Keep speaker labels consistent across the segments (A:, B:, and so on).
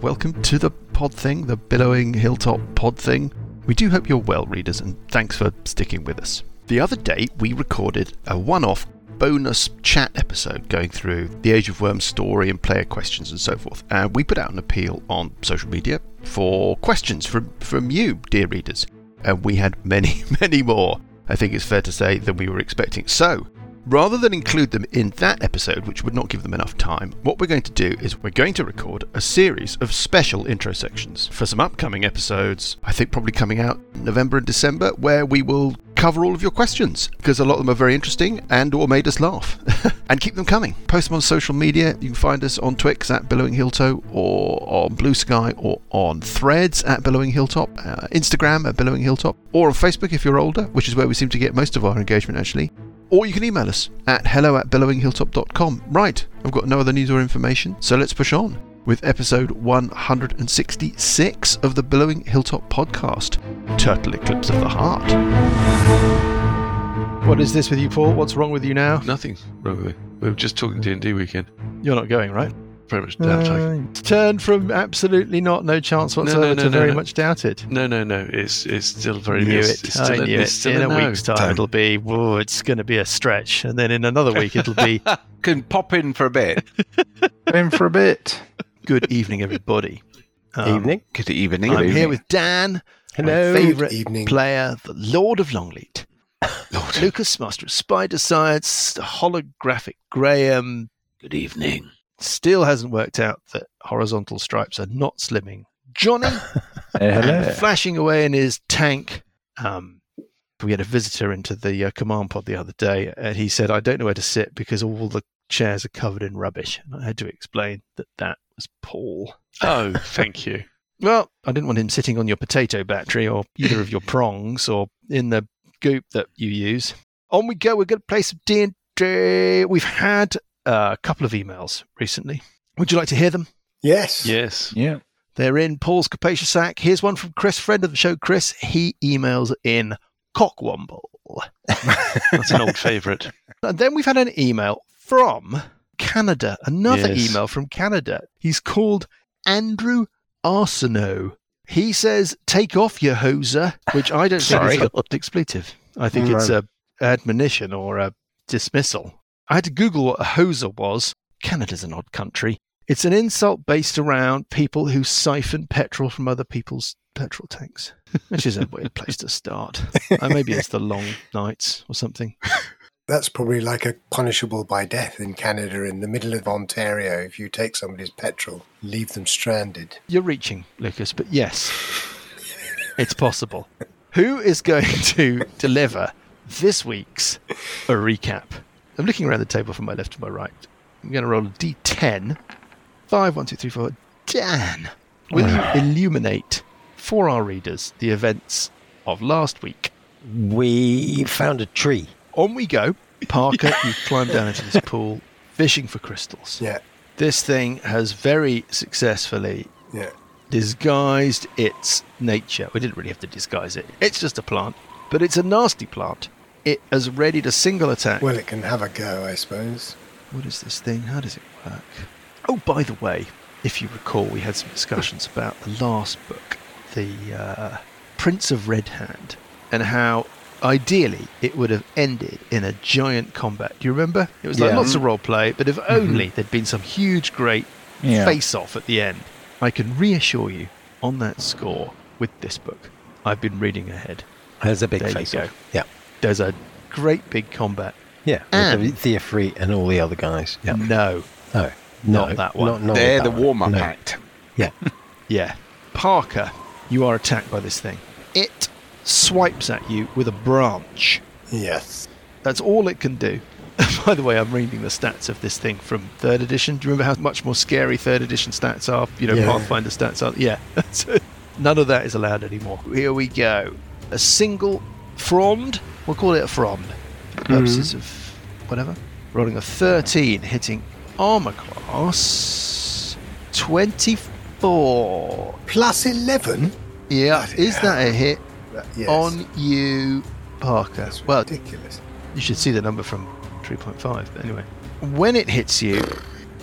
A: welcome to the pod thing, the billowing hilltop pod thing. We do hope you're well, readers, and thanks for sticking with us. The other day, we recorded a one off bonus chat episode going through the Age of Worms story and player questions and so forth. And we put out an appeal on social media for questions from, from you, dear readers. And we had many, many more, I think it's fair to say, than we were expecting. So, rather than include them in that episode, which would not give them enough time, what we're going to do is we're going to record a series of special intro sections for some upcoming episodes, I think probably coming out November and December, where we will cover all of your questions because a lot of them are very interesting and or made us laugh and keep them coming post them on social media you can find us on twix at billowing hilltop or on blue sky or on threads at billowing hilltop uh, instagram at billowing hilltop or on facebook if you're older which is where we seem to get most of our engagement actually or you can email us at hello at billowinghilltop.com. Right, I've got no other news or information, so let's push on with episode 166 of the Billowing Hilltop podcast Turtle Eclipse of the Heart. What is this with you, Paul? What's wrong with you now?
B: Nothing wrong with me. We were just talking D and D weekend.
A: You're not going, right?
B: Very much
A: Uh,
B: doubt. I
A: turn from absolutely not, no chance whatsoever,
B: no, no,
A: to
B: no,
A: very
B: no.
A: much doubt it.
B: no, no, no. It's it's still very.
A: knew
B: it's,
A: it.
B: It's
A: I
B: still a-
A: knew
B: it's
A: it.
B: still
A: In a
B: no.
A: week's time, it'll be, whoa, it's going to be a stretch. And then in another week, it'll be,
C: can pop in for a bit.
D: in for a bit.
A: good evening, everybody. Um,
C: evening. Good evening.
A: I'm here with Dan,
D: Hello.
A: my favourite
E: evening.
A: player, the Lord of Longleat, Lucas, Master of Spider Science, the holographic Graham.
B: Good evening.
A: Still hasn't worked out that horizontal stripes are not slimming. Johnny,
D: hello.
A: flashing away in his tank. Um, we had a visitor into the uh, command pod the other day, and he said, "I don't know where to sit because all the chairs are covered in rubbish." And I had to explain that that was Paul.
B: Oh, thank you.
A: Well, I didn't want him sitting on your potato battery or either of your prongs or in the goop that you use. On we go. We're going to play some D and D. We've had uh, a couple of emails recently. Would you like to hear them?
E: Yes.
B: Yes.
D: Yeah.
A: They're in Paul's capacious sack. Here's one from Chris, friend of the show. Chris, he emails in cockwomble.
B: That's an old favourite.
A: And then we've had an email from Canada. Another
B: Yes.
A: email from Canada. He's called Andrew Arsenault. He says, "Take off your hoser," which I don't think is
D: Sorry.
A: an expletive. I think
E: No.
A: it's a admonition or a dismissal. I had to Google what a hoser was. Canada's an odd country. It's an insult based around people who siphon petrol from other people's petrol tanks, which is a weird place to start. Uh, maybe it's the long nights or something.
E: That's probably like a punishable by death in Canada in the middle of Ontario if you take somebody's petrol, leave them stranded.
A: You're reaching, Lucas, but yes, it's possible. Who is going to deliver this week's a recap? I'm looking around the table from my left to my right. I'm going to roll a d10. Five, one, two, three, four. Dan, will you illuminate for our readers the events of last week?
F: We found a tree.
A: On we go. Parker, you climb down into this pool fishing for crystals.
E: Yeah.
A: This thing has very successfully
E: Yeah.
A: disguised its nature. We didn't really have to disguise it. It's just a plant, but it's a nasty plant. It has readied a single attack.
E: Well, it can have a go, I suppose.
A: what is this thing? How does it work? Oh, by the way, if you recall, we had some discussions about the last book, the uh, Prince of Red Hand, and how ideally it would have ended in a giant combat. Do you remember? It was like
F: Yeah.
A: lots of role play, but if only there'd been some huge, great
D: Yeah.
A: face off at the end. I can reassure you on that score with this book. I've been reading ahead.
F: There's a big
A: There you
F: face.
A: go.
F: off. Yeah.
A: There's a great big combat.
F: Yeah.
A: And-
F: With the Theofree and all the other guys. Yeah.
A: No.
F: No.
A: Not
F: no,
A: that one.
F: Not, not
C: They're
F: that
C: the
F: one.
C: warm up
F: No.
C: act.
F: Yeah.
A: Yeah. Parker, you are attacked by this thing. It swipes at you with a branch.
E: Yes.
A: That's all it can do. By the way, I'm reading the stats of this thing from third edition. Do you remember how much more scary third edition stats are? You know,
E: Yeah.
A: Pathfinder stats are. Yeah. So, None of that is allowed anymore. Here we go. A single frond. We'll call it a frond for the
E: Mm-hmm.
A: purposes of whatever. Rolling a 13, hitting armor class 24.
E: Plus 11?
A: Yeah. Is that a hit
E: That- Yes.
A: on you, Parker?
E: That's
A: well,
E: ridiculous.
A: you should see the number from 3.5. But anyway, when it hits you,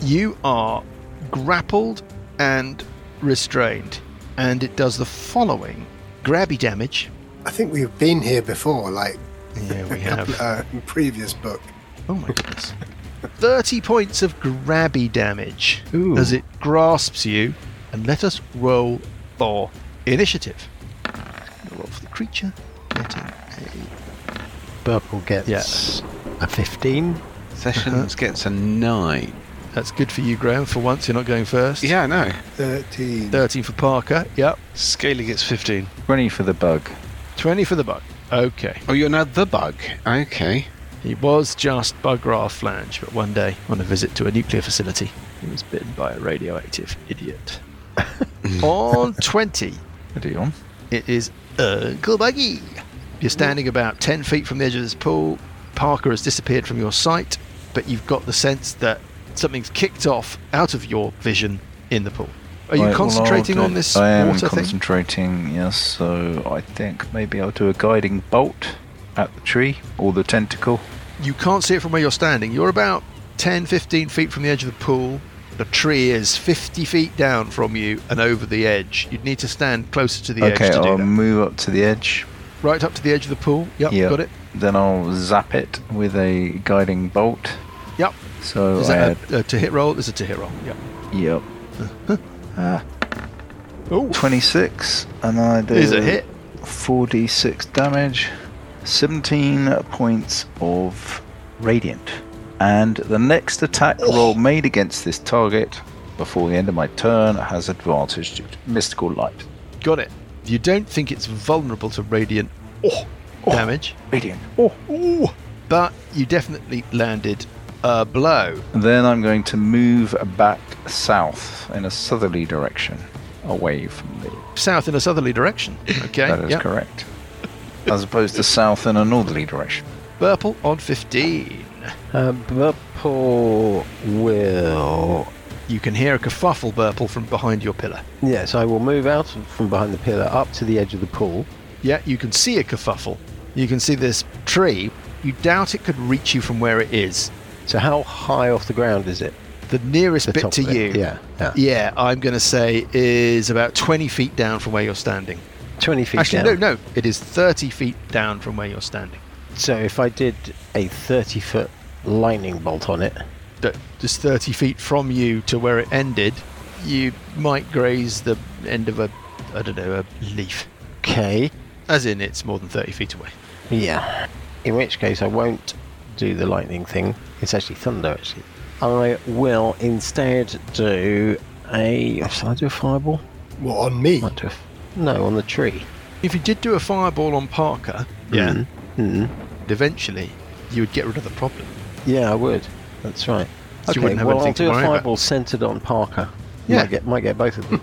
A: you are grappled and restrained, and it does the following grabby damage.
E: I think we've been here before, like
A: Yeah, we
E: a couple
A: have.
E: uh, previous book.
A: Oh my goodness. 30 points of grabby damage
G: Ooh.
A: as it grasps you, and let us roll for initiative. Roll for the creature. Getting a-
G: Purple gets a 15.
B: Uh-huh.
C: Sessions gets a nine.
A: That's good for you, Graham. For once, you're not going first.
C: Yeah, I know.
E: 13.
A: 13 for Parker. Yep.
B: Scaly gets 15.
D: 20 for the bug.
A: 20 for the bug. Okay.
C: Oh, you're now the bug. Okay.
A: He was just bug raw flange, but one day, on a visit to a nuclear facility, he was bitten by a radioactive idiot. on 20,
D: What are you on?
A: It is Uncle Buggy. You're standing about 10 feet from the edge of this pool. Parker has disappeared from your sight, but you've got the sense that something's kicked off out of your vision in the pool. Are you
D: Right, well,
A: concentrating
D: I'll
A: on
D: do-
A: this
D: I am
A: water thing?
D: concentrating, yes, so I think maybe I'll do a guiding bolt at the tree or the tentacle.
A: You can't see it from where you're standing. You're about 10, 15 feet from the edge of the pool. The tree is 50 feet down from you and over the edge. You'd need to stand closer to the
D: okay, um,
A: edge to do
D: I'll
A: that.
D: move up to the edge.
A: Right up to the edge of the pool. Yep,
D: Yeah.
A: got it.
D: Then I'll zap it with a guiding bolt.
A: Yep.
D: So
A: Is
D: I
A: that
D: had,
A: a, a to hit roll? There's a to hit roll. Yep.
D: yep,
A: Oh,
D: 26, and I do
A: is a hit.
D: 46 damage, 17 points of radiant. And the next attack roll made against this target before the end of my turn has advantage due to mystical light.
A: Got it. You don't think it's vulnerable to radiant
D: Oh,
A: damage,
D: radiant. Oh.
A: but you definitely landed a blow.
D: Then I'm going to move back south in a southerly direction, away from the.
A: South in a southerly direction. Okay.
D: that is
A: yeah.
D: correct. As opposed to south in a northerly direction.
A: Purple on 15.
G: Um, purple will.
A: You can hear a kerfuffle, Burple, from behind your pillar.
G: Yes, I will move out from behind the pillar up to the edge of the pool.
A: Yeah, you can see a kerfuffle. You can see this tree. You doubt it could reach you from where it is.
G: So, how high off the ground is it?
A: The nearest
G: The
A: bit
G: top
A: to
G: of
A: you,
G: it? Yeah, yeah.
A: yeah, I'm going to say is about 20 feet down from where you're standing.
G: 20 feet
A: Actually,
G: down.
A: no, no, it is 30 feet down from where you're standing.
G: So, if I did a 30 foot lightning bolt on it,
A: that just 30 feet from you to where it ended, you might graze the end of a, I don't know, a leaf.
G: okay.
A: As in, it's more than 30 feet away.
G: Yeah. In which case, I won't do the lightning thing. It's actually thunder, actually. I will instead do a. Shall I do a fireball?
E: What, on me?
G: Might do a, f- no, on the tree.
A: If you did do a fireball on Parker,
G: Mm. Mm.
A: eventually you would get rid of the problem.
G: Yeah, I would. That's right.
A: So you wouldn't have
G: well, I'll
A: anything to
G: do a
A: worry about.
G: fireball centered on Parker.
A: Yeah.
G: Might get, might get both of them.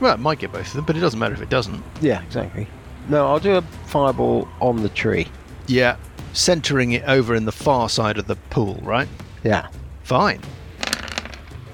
A: Well, it might get both of them, but it doesn't matter if it doesn't.
G: yeah, exactly. No, I'll do a fireball on the tree.
A: Yeah, centering it over in the far side of the pool, right?
G: Yeah.
A: Fine. Oh,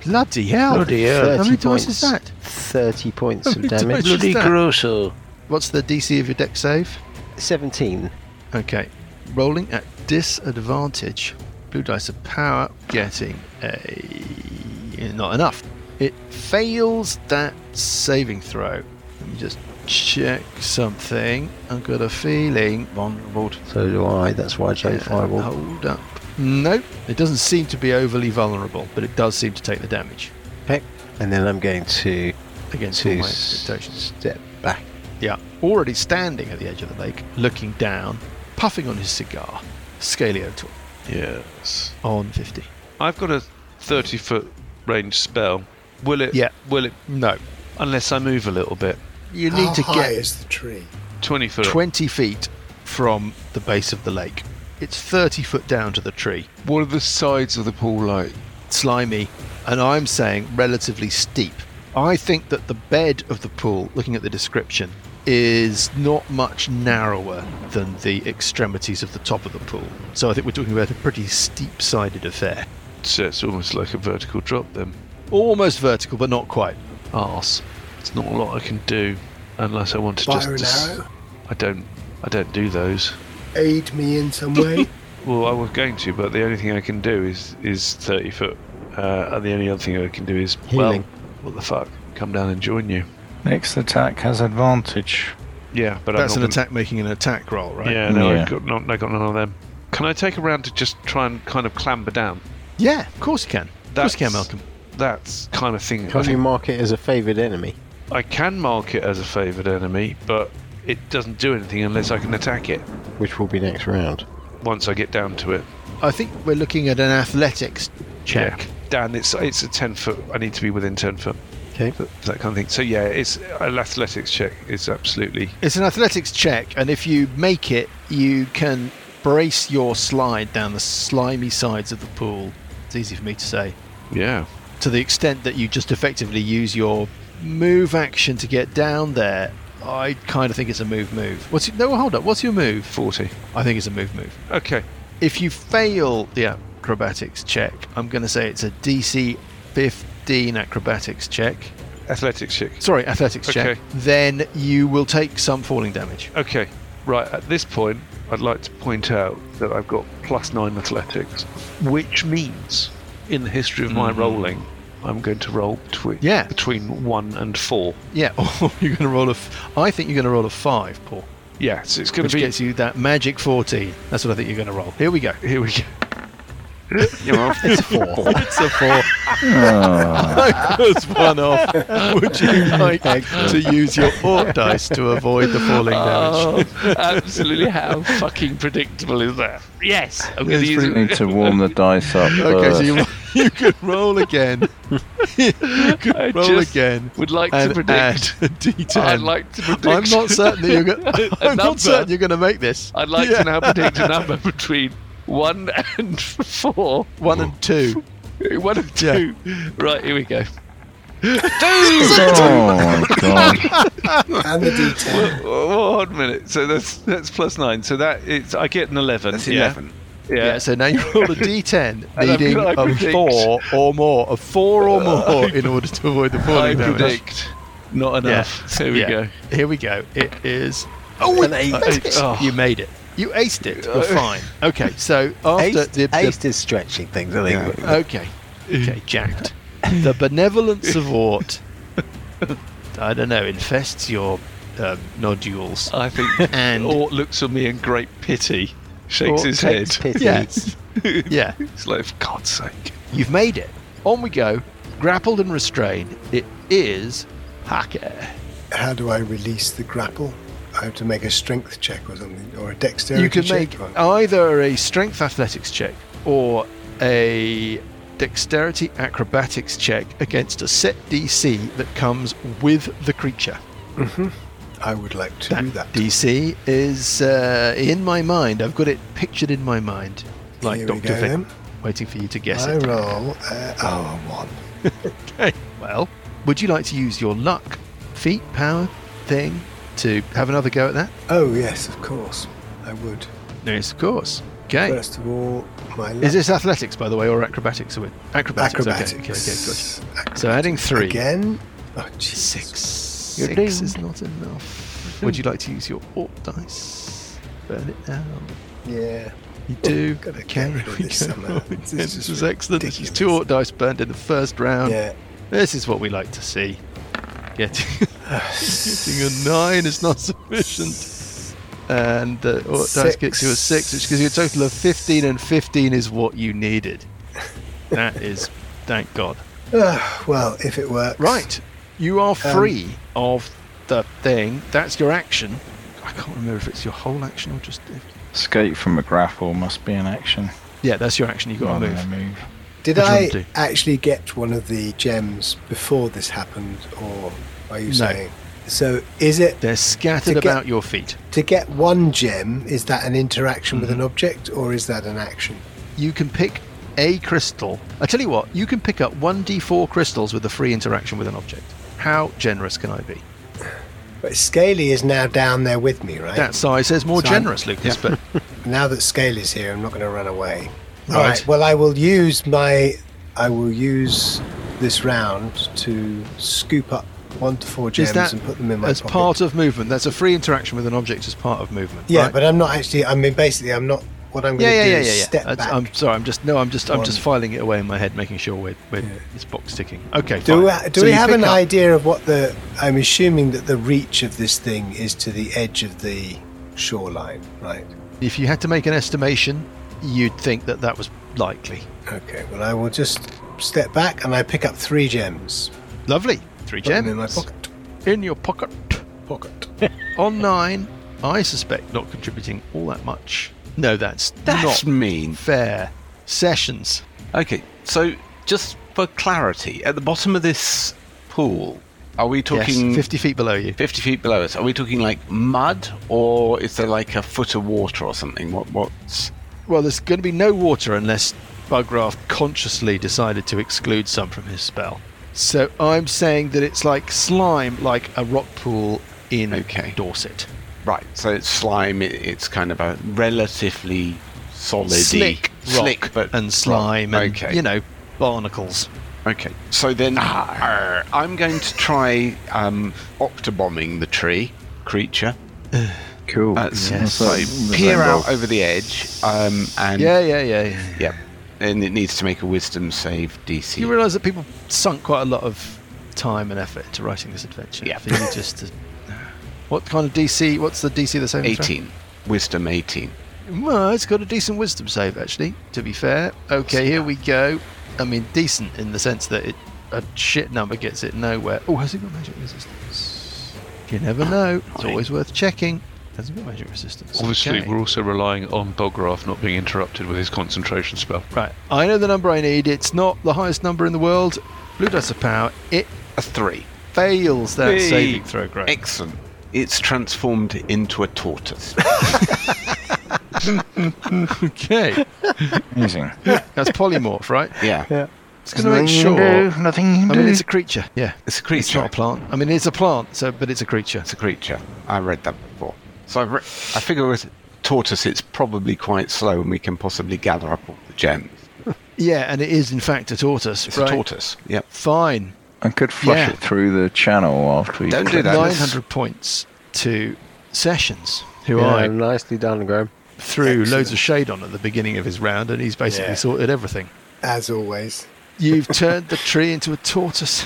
A: Bloody hell!
G: Bloody
A: How
G: hell.
A: many
G: 30
A: dice is
G: points.
A: that?
G: 30 points
A: How
G: of
A: many dice
G: damage.
A: is that?
B: Grosso.
A: What's the DC of your deck save?
G: 17.
A: Okay, rolling at disadvantage. Blue dice of power getting a not enough. It fails that saving throw. Let me just check something. I've got a feeling vulnerable. to-
G: So do I. That's why I chose fireball.
A: Hold up. Nope. It doesn't seem to be overly vulnerable, but it does seem to take the damage
G: Okay. And then I'm going to
A: against all
G: to
A: my expectations.
G: step back.
A: Yeah, already standing at the edge of the lake, looking down, puffing on his cigar. Scalio to
B: Yes.
A: on 50.
B: I've got a 30 foot range spell. Will it?
A: Yeah.
B: Will it?
A: No,
B: Unless I move a little bit.
A: You
E: How
A: need to
E: high
A: get
E: is the tree?
B: 20 foot.
A: 20 feet from the base of the lake. It's 30 foot down to the tree,
C: What are the sides of the pool like?
A: slimy, and I'm saying relatively steep. I think that the bed of the pool, looking at the description, is not much narrower than the extremities of the top of the pool. So I think we're talking about a pretty steep sided affair.
B: So it's almost like a vertical drop then.
A: Almost vertical, but not quite.
B: Arse. It's not a lot I can do unless I want to
E: Bow
B: just.
E: and
B: dis-
E: arrow?
B: I don't. I don't do those.
E: Aid me in some way?
B: Well, I was going to, but the only thing I can do is is 30 foot. Uh, and the only other thing I can do is well,
G: Healing.
B: what the fuck? come down and join you.
D: Next attack has advantage.
B: Yeah, but
A: That's an
B: I'm not
A: attack making an attack roll, right?
B: gonna- Yeah, no,
D: Yeah.
B: I've got, not, I got none of them. Can I take a round to just try and kind of clamber down?
A: Yeah, of course you can. Of course you can,
B: That's-
A: Malcolm.
B: That's kind of thing. I,
G: Can't you
B: think
G: mark it as a favoured enemy?
B: I can mark it as a favoured enemy, but it doesn't do anything unless I can attack it
G: Which will be next round.
B: once I get down to it.
A: I think we're looking at an athletics check.
B: Yeah. Dan, it's it's a ten foot. I need to be within ten foot.
G: Okay.
B: That kind of thing. So yeah, it's an athletics check. It's absolutely
A: It's an athletics check, and if you make it, you can brace your slide down the slimy sides of the pool. It's easy for me to say.
B: yeah.
A: To the extent that you just effectively use your move action to get down there, I kind of think it's a move move. What's it, no? Hold up. What's your move? Forty. I think it's a move move.
B: Okay.
A: If you fail the acrobatics check, I'm going to say it's a DC 15 acrobatics check.
B: Athletics check.
A: Sorry, athletics check.
B: Okay.
A: Then you will take some falling damage.
B: Okay. Right, at this point, I'd like to point out that I've got plus nine athletics, which means in the history of my rolling, I'm going to roll between,
A: Mm-hmm. Yeah.
B: between one and four.
A: Yeah, or you're going to roll a. F- I think you're going to roll a five, Paul,
B: Yeah, so it's going
A: which
B: to be.
A: gets you that magic fourteen. That's what I think you're going to roll. Here we go.
B: Here we go.
C: You're off.
A: It's a four. it's a four.
D: Ah,
A: I was one off. Would you like to use your orc dice to avoid the falling
B: Oh,
A: damage?
B: absolutely. How fucking predictable is that? Yes. I'm
A: Yes,
B: going to use
D: We
B: it.
D: need to warm the dice up.
A: Okay, so
D: first.
A: you, you could roll again. you
B: I
A: could roll
B: just
A: again.
B: Would like to
A: And add
B: predict.
A: a d10.
B: I'd like to predict.
A: I'm not certain that you're going.
B: A
A: I'm
B: number.
A: not certain you're going to make this.
B: I'd like
A: Yeah.
B: to now predict a number between one and four.
A: One and two.
B: One of
A: Yeah.
B: two. Right, here we go.
D: oh my god.
E: And the D10.
B: Oh, one minute. So that's that's plus nine. So that it's I get an eleven.
C: That's
B: yeah.
C: 11.
B: Yeah.
A: Yeah. so now you roll a d10,
B: And I'm
A: needing
B: gonna
A: a
B: predict-
A: four or more, a four or more in order to avoid the
B: I
A: falling damage.
B: predict not enough. So here we
A: Yeah.
B: go.
A: Here we go. It is. Oh, an eight.
B: Oh.
A: You made it. You aced it. You're fine. Okay, so after
G: Aced,
A: the, the
G: aced is stretching things, I think.
A: Okay. Okay, jacked. The benevolence of Ort, I don't know, infests your um, nodules.
B: I think
A: And-
B: Ort looks at me in great pity, shakes
A: Ort
B: his
G: Takes
B: head.
G: pity.
A: Yes. yeah,
B: It's like for God's sake.
A: you've made it. On we go. Grappled and restrained. It is Hacker.
E: How do I release the grapple? I have to make a strength check or something, or a dexterity
A: You can
E: check.
A: make
E: or-
A: either a strength athletics check or a dexterity acrobatics check against a set DC that comes with the creature.
E: I would like to do that.
A: that DC is uh, in my mind. I've got it pictured in my mind, like
E: Here we
A: Doctor
E: go
A: Finn,
E: then.
A: waiting for you to guess
E: I
A: it.
E: roll. Uh, oh, a one.
A: Okay. Well, would you like to use your luck, feet, power, thing to have another go at that?
E: Oh yes, of course. I would.
A: Yes, of course. Okay.
E: First of all, my
A: Is
E: luck-
A: this athletics, by the way, or acrobatics? Or acrobatics.
E: acrobatics?
A: Okay. Okay. okay gotcha.
E: Acrobatics.
A: So adding three.
E: again. Oh, jeez.
A: Six.
G: You're
A: Six
G: doomed.
A: is not enough. Would you like to use your orc dice? Burn it down.
E: Yeah.
A: You do.
E: Oh, gotta get
A: Okay,
E: rid
A: here
E: of
A: we
E: this
A: go.
E: somehow.
A: This
E: This is just
A: is excellent. This is two
E: ridiculous.
A: orc dice burned in the first round.
E: Yeah.
A: This is what we like to see. Getting, getting a nine is not sufficient. And uh, orc dice gets you a six, which gives you a total of 15, and 15 is what you needed. That is, thank God.
E: Ah, well, if it works.
A: Right. You are
E: Um,
A: free of the thing. That's your action. I can't remember if it's your whole action or just. If,
D: Escape from a grapple must be an action.
A: yeah, that's your action. You've got
D: rather
A: to move.
D: than a move.
E: Did
A: What do you
E: I
A: want to do?
E: actually get one of the gems before this happened, or are you
A: No.
E: saying? So, is it
A: They're scattered
E: To get-
A: about your feet.
E: to get one gem? Is that an interaction with an
A: Mm-hmm.
E: object, or is that an action?
A: you can pick a crystal. I tell you what, you can pick up 1d4 crystals with a free interaction with an object. How generous can I be?
E: But Scaly is now down there with me, right?
A: That size says more
E: So I'm-
A: generous, Lucas, but
E: now that Scaly's here, I'm not going to run away.
A: Right.
E: All right. Well, I will use my. I will use this round to scoop up one to four
A: is
E: gems
A: that
E: and put them in my
A: as
E: pocket.
A: part of movement? That's a free interaction with an object as part of movement.
E: yeah,
A: right?
E: but I'm not actually. I mean, basically, I'm not what I'm
A: Yeah,
E: going to
A: yeah,
E: do
A: yeah,
E: is
A: yeah, yeah.
E: step
A: That's- um,
E: back.
A: I'm sorry. I'm just no. I'm just. I'm just
E: One.
A: filing it away in my head, making sure we're, we're
E: Yeah.
A: it's box ticking. Okay.
E: do
A: fine.
E: we, do
A: So
E: we
A: you
E: have
A: pick
E: an
A: up-
E: idea of what the? I'm assuming that the reach of this thing is to the edge of the shoreline, right?
A: If you had to make an estimation, you'd think that that was likely.
E: Okay. Well, I will just step back and I pick up three gems.
A: Lovely. Three
E: Put them
A: gems
E: in my pocket.
A: In your pocket.
E: Pocket.
A: On nine, I suspect not contributing all that much. No, that's
C: That's
A: not
C: mean.
A: fair. Sessions.
C: Okay, so just for clarity, at the bottom of this pool, are we talking
A: yes, 50 feet below you.
C: 50 feet below us? Are we talking like mud, or is there like a foot of water or something? What? What's
A: Well, there's going to be no water unless Bugraft consciously decided to exclude some from his spell. So I'm saying that it's like slime, like a rock pool in
C: Okay.
A: Dorset.
C: right? So it's slime. It, it's kind of a relatively solid,
A: Slick rock
C: slick, but
A: and slime
C: rock.
A: and,
C: okay,
A: you know, barnacles.
C: okay. So then, Arr, I'm going to try um, octobombing the tree creature.
D: Cool.
C: That's
A: Yes.
C: so
D: That's
C: peer
D: involved.
C: out over the edge, um, and
A: Yeah, yeah, yeah. yeah.
C: yeah, and it needs to make a Wisdom save DC.
A: You realise that people sunk quite a lot of time and effort into writing this adventure.
C: Yeah.
A: For you just to, what kind of DC? What's the DC the same?
C: 18. Wisdom 18.
A: Well, it's got a decent wisdom save, actually, to be fair. Okay, here we go. I mean, decent in the sense that it a shit number gets it nowhere. Oh, has it got magic resistance? You never know. It's always worth checking. Hasn't got magic resistance.
B: Obviously,
A: Okay.
B: we're also relying on Bograf not being interrupted with his concentration spell.
A: right. I know the number I need. It's not the highest number in the world. Blue dice of power. It
C: A 3.
A: fails that
C: Hey.
A: saving throw. Great.
C: Excellent. It's transformed into a tortoise.
A: Okay.
D: Amazing.
A: That's polymorph, right?
C: Yeah.
A: It's going to make sure.
D: Nothing you
A: I mean, it's a creature. Yeah.
C: It's a
A: It's
C: creature.
A: not a plant. I mean, it's a plant, so but it's a creature.
C: It's a creature. I read that before. So I've re- I figure with tortoise, it's probably quite slow and we can possibly gather up all the gems.
A: Yeah, and it is in fact a tortoise.
C: It's
A: right?
C: a tortoise. Yep.
A: Fine.
D: I could flush
A: Yeah.
D: it through the channel after we.
C: Don't do
D: click
C: that.
D: this.
A: 900 points to Sessions, who
G: Yeah,
A: I
G: nicely done, Graham.
A: threw loads of shade on at the beginning of his round, and he's basically
E: Yeah.
A: sorted everything.
E: As always.
A: You've turned the tree into a tortoise.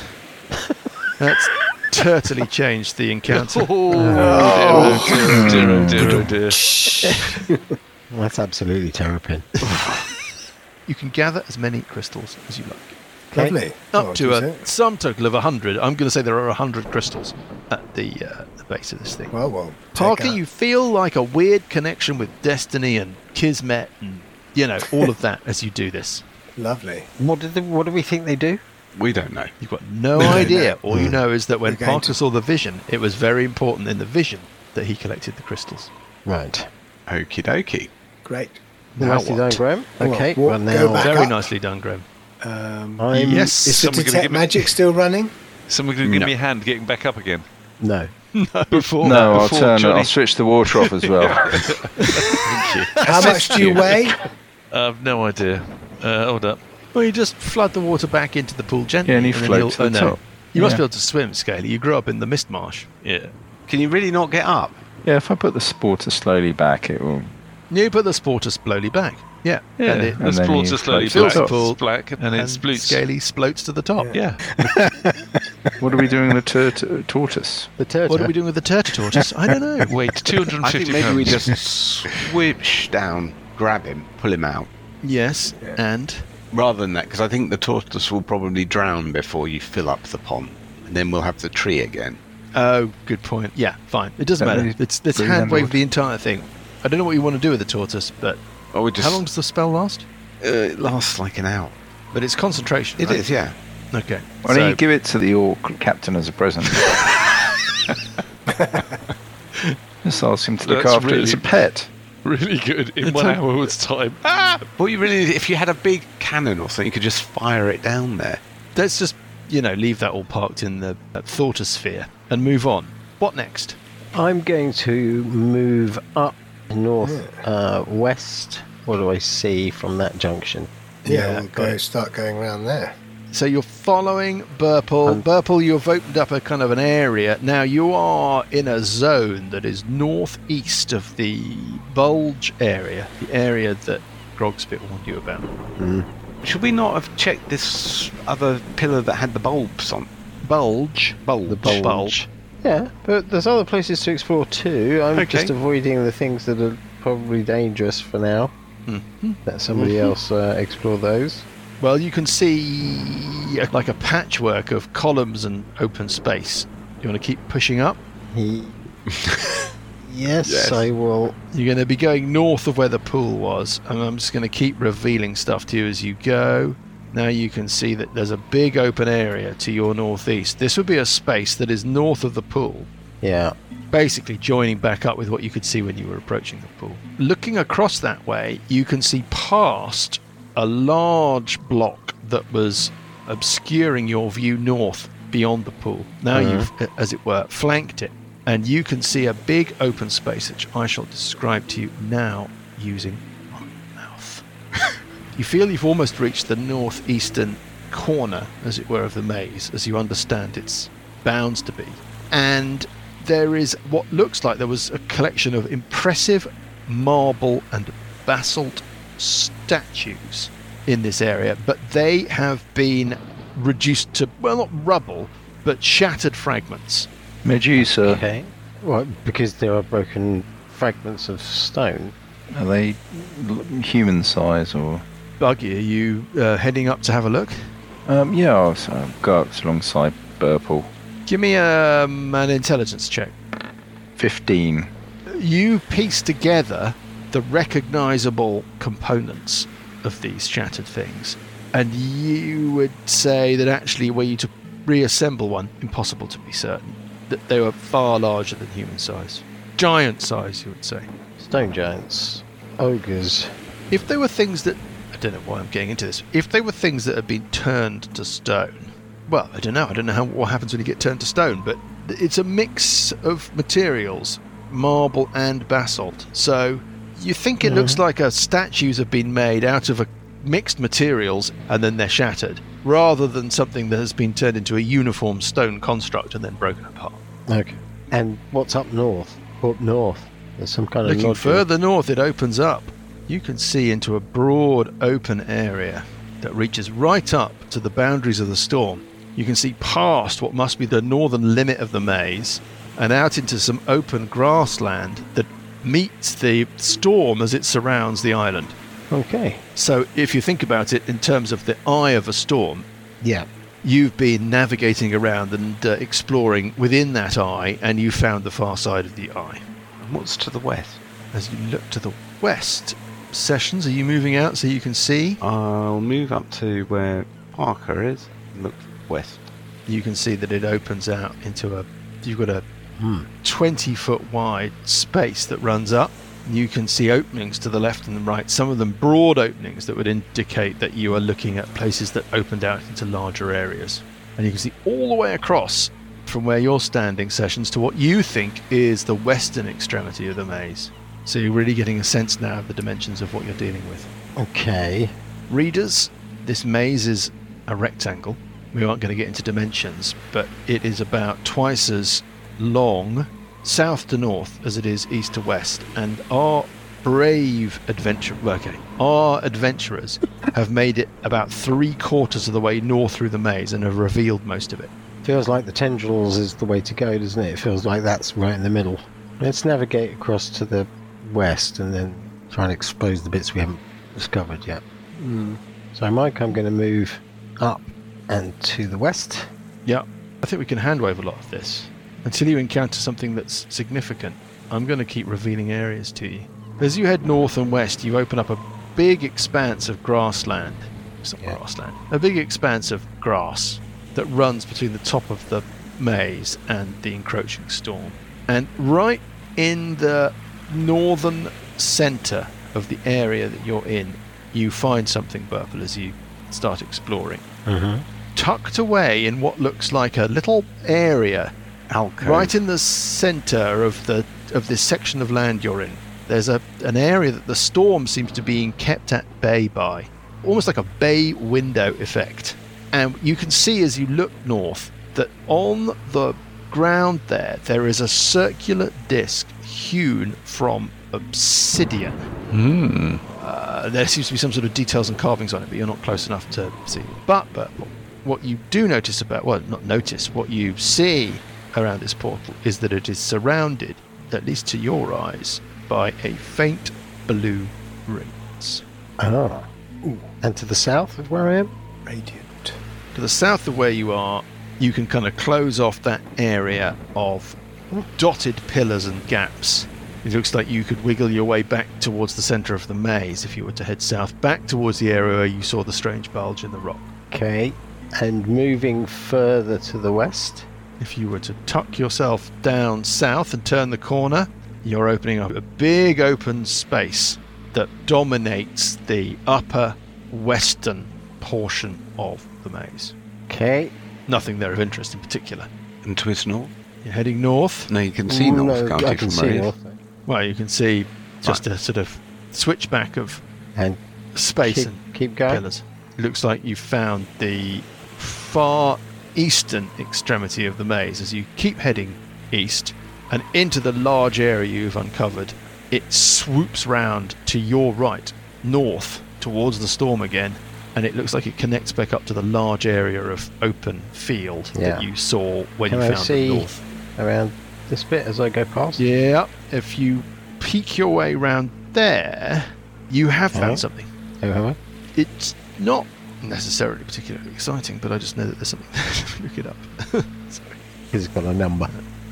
A: That's totally changed the encounter.
B: Oh, dear, oh, dear, oh, dear, oh, dear.
G: That's absolutely terrifying.
A: You can gather as many crystals as you like.
E: Lovely.
A: Up
E: Oh,
A: to
E: is
A: a
E: it?
A: sum total of 100. I'm going to say there are 100 crystals at the, uh, the base of this thing.
E: Well, well. take
A: Parker,
E: out-
A: you feel like a weird connection with destiny and kismet and, you know, all of that as you do this.
E: Lovely.
G: What did they, what do we think they do?
C: We don't know.
A: You've got no
E: don't
A: idea.
E: know.
A: All you know is that when
E: We're Mm. going
A: Parker
E: to-
A: saw the vision, it was very important in the vision that he collected the crystals.
G: Right.
C: Okie dokie.
E: Great.
A: Now
G: nicely
A: what?
G: done, Graham.
E: Well,
G: Okay.
E: walk-
G: well,
E: go
G: now
E: back.
A: Very
E: up.
A: nicely done, Graham.
E: Um,
G: I'm
A: yes.
E: is the
B: Someone gonna
E: detect
B: give me-
E: magic still running?
B: Someone going to give
C: No.
B: me a hand getting back up again.
G: no.
A: Before,
D: No, I'll
B: Before
D: turn. it.
B: Johnny-
D: I'll switch the water off as well.
E: How much do you weigh?
B: I've no idea. Uh, hold up.
A: Well, you just flood the water back into the pool gently.
D: Yeah, and you
A: then
D: float
A: you'll-
D: to the
A: oh, no.
D: top.
A: You must
D: Yeah.
A: be able to swim, Scaly. You grew up in the mist marsh.
B: Yeah.
C: Can you really not get up?
D: yeah, if I put the sporter slowly back, it will.
A: You put the sporter slowly back. Yeah.
B: Yeah,
A: And it
D: and
B: the
D: then
B: splots
D: you
B: are slowly
D: float
B: black,
D: to the
B: black,
D: top.
B: and, it splutes.
A: Scaly sploats to the top.
B: Yeah.
D: What are we doing with the tur- tortoise?
G: The turtle.
A: What are we doing with the turtle tortoise? I don't know.
B: Weight
C: I
B: 250
C: think maybe
B: pounds.
C: we just swoosh down, grab him, pull him out.
A: Yes, and
C: Rather than that, because I think the tortoise will probably drown before you fill up the pond. And then we'll have the tree again.
A: oh, good point. Yeah, fine. It doesn't
D: Don't
A: matter.
D: really-
A: It's let's
D: really
A: hand wave
D: handled.
A: the entire thing. I don't know what you want to do with the tortoise, but
C: Or we just,
A: how long does the spell last?
C: Uh, it lasts like an hour.
A: But it's concentration.
C: It
A: right?
C: is, yeah.
A: Okay.
D: Why don't
A: so-
D: you give it to the orc captain as a present? Just ask him to look
B: That's
D: after it as
B: really-
D: a pet.
B: really good in one hour's time.
C: Ah! Well, you really, if you had a big cannon or something, you could just fire it down there.
A: let's just you know leave that all parked in the uh, thoughtosphere and move on. What next?
G: I'm going to move up north uh, west. What do I see from that junction?
E: Yeah,
A: Yeah,
E: we'll
A: got
E: go
A: it.
E: start going round there.
A: So you're following Burple. Burple, you have opened up a kind of an area. Now you are in a zone that is northeast of the bulge area, the area that Grogspit warned you about.
C: Should we not have checked this other pillar that had the bulbs on?
A: Bulge.
C: Bulge.
A: The bulge.
G: Yeah, but there's other places to explore too. I'm just
B: Okay.
G: avoiding the things that are probably dangerous for now. Let somebody else uh, explore those.
A: Well, you can see a- like a patchwork of columns and open space. You want to keep pushing up?
G: He. yes,
C: Yes.
G: I will.
A: You're going to be going north of where the pool was, and I'm just going to keep revealing stuff to you as you go. Now you can see that there's a big open area to your northeast. This would be a space that is north of the pool, Uh,
G: Yeah.
A: basically joining back up with what you could see when you were approaching the pool. Looking across that way, you can see past a large block that was obscuring your view north beyond the pool. Now you've, as it were, flanked it, and you can see a big open space, which I shall describe to you now using my mouth. you feel you've almost reached the northeastern corner, as it were, of the maze, as you understand its bounds to be. And there is what looks like there was a collection of impressive marble and basalt statues in this area, but they have been reduced to, well, not rubble, but shattered fragments.
D: Medusa.
G: Okay. Well, because there are broken fragments of stone.
D: Are they l- human size or?
A: Buggy, are you uh, heading up to have a look?
D: Um, yeah, I'll, s- I'll go up alongside Burple.
A: Give me um, an intelligence check.
D: Fifteen.
A: You piece together the recognizable components of these shattered things, and you would say that actually, were you to reassemble one, impossible to be certain, that they were far larger than human size. Giant size, you would say.
G: Stone giants. Ogres.
A: If they were things that I don't know why I'm getting into this. If they were things that had been turned to stone, well, I don't know. I don't know how what happens when you get turned to stone, but th- it's a mix of materials, marble and basalt. So you think it looks like a statues have been made out of a mixed materials and then they're shattered, rather than something that has been turned into a uniform stone construct and then broken apart.
G: Okay. And what's up north? Up north. There's some kind of
A: Looking
G: lodging.
A: further north, it opens up. You can see into a broad open area that reaches right up to the boundaries of the storm. You can see past what must be the northern limit of the maze and out into some open grassland that meets the storm as it surrounds the island.
G: Okay.
A: So, if you think about it in terms of the eye of a storm,
G: Yeah.
A: you've been navigating around and uh, exploring within that eye and you found the far side of the eye
C: And what's to the west?
A: as you look to the west. Sessions, are you moving out so you can see?
C: I'll move up to where Parker is. and Look west.
A: You can see that it opens out into a. You've got a 20 foot wide space that runs up. You can see openings to the left and the right, some of them broad openings that would indicate that you are looking at places that opened out into larger areas. And you can see all the way across from where you're standing, Sessions, to what you think is the western extremity of the maze. So you're really getting a sense now of the dimensions of what you're dealing with.
G: Okay.
A: Readers, this maze is a rectangle. We aren't going to get into dimensions, but it is about twice as long south to north as it is east to west. And our brave adventure, well, okay, our adventurers have made it about three quarters of the way north through the maze and have revealed most of it.
G: Feels like the tendrils is the way to go, doesn't it? It feels like that's right in the middle. Let's navigate across to the west and then try and expose the bits we haven't discovered yet.
A: Hmm.
G: So, Mike, I'm going to move up and to the west.
A: Yeah, I think we can handwave a lot of this. Until you encounter something that's significant, I'm going to keep revealing areas to you. As you head north and west, you open up a big expanse of grassland. It's not
G: Yeah.
A: grassland. A big expanse of grass that runs between the top of the maze and the encroaching storm. And right in the northern centre of the area that you're in, you find something purple as you start exploring
G: Mm-hmm.
A: tucked away in what looks like a little area
C: Alcove.
A: right in the center of the of this section of land you're in there's a an area that the storm seems to be being kept at bay by almost like a bay window effect and you can see as you look north that on the ground there there is a circular disc hewn from obsidian.
G: Hmm.
A: Uh, there seems to be some sort of details and carvings on it, but you're not close enough to see. But but what you do notice about well, not notice what you see around this portal is that it is surrounded, at least to your eyes, by a faint blue radiance.
G: Ah. And to the south of where I am?
E: Radiant.
A: to the south of where you are, you can kind of close off that area of dotted pillars and gaps. It looks like you could wiggle your way back towards the centre of the maze if you were to head south, back towards the area where you saw the strange bulge in the rock.
G: Okay. And moving further to the west?
A: If you were to tuck yourself down south and turn the corner, you're opening up a big open space that dominates the upper western portion of the maze.
G: Okay.
A: Nothing there of interest in particular.
C: And to its north?
A: You're heading north.
C: No, you can see
G: No,
C: north, can't
G: I
C: you,
G: can
C: from
G: see
C: where it is?
G: north.
A: Well, you can see just a sort of switchback of
G: And
A: space
G: keep,
A: and
G: keep going.
A: pillars. Looks like you found the far eastern extremity of the maze. As you keep heading east and into the large area you've uncovered, it swoops round to your right, north, towards the storm again, and it looks like it connects back up to the large area of open field
G: Yeah.
A: that you saw when
G: Can
A: you
G: I
A: found
G: see-
A: the north.
G: Around this bit as I go past?
A: Yeah, if you peek your way round there, you have found
G: Yeah.
A: something.
G: Oh, have I?
A: It's not necessarily particularly exciting, but I just know that there's something there. Look it up. Sorry.
G: Because it's got a number.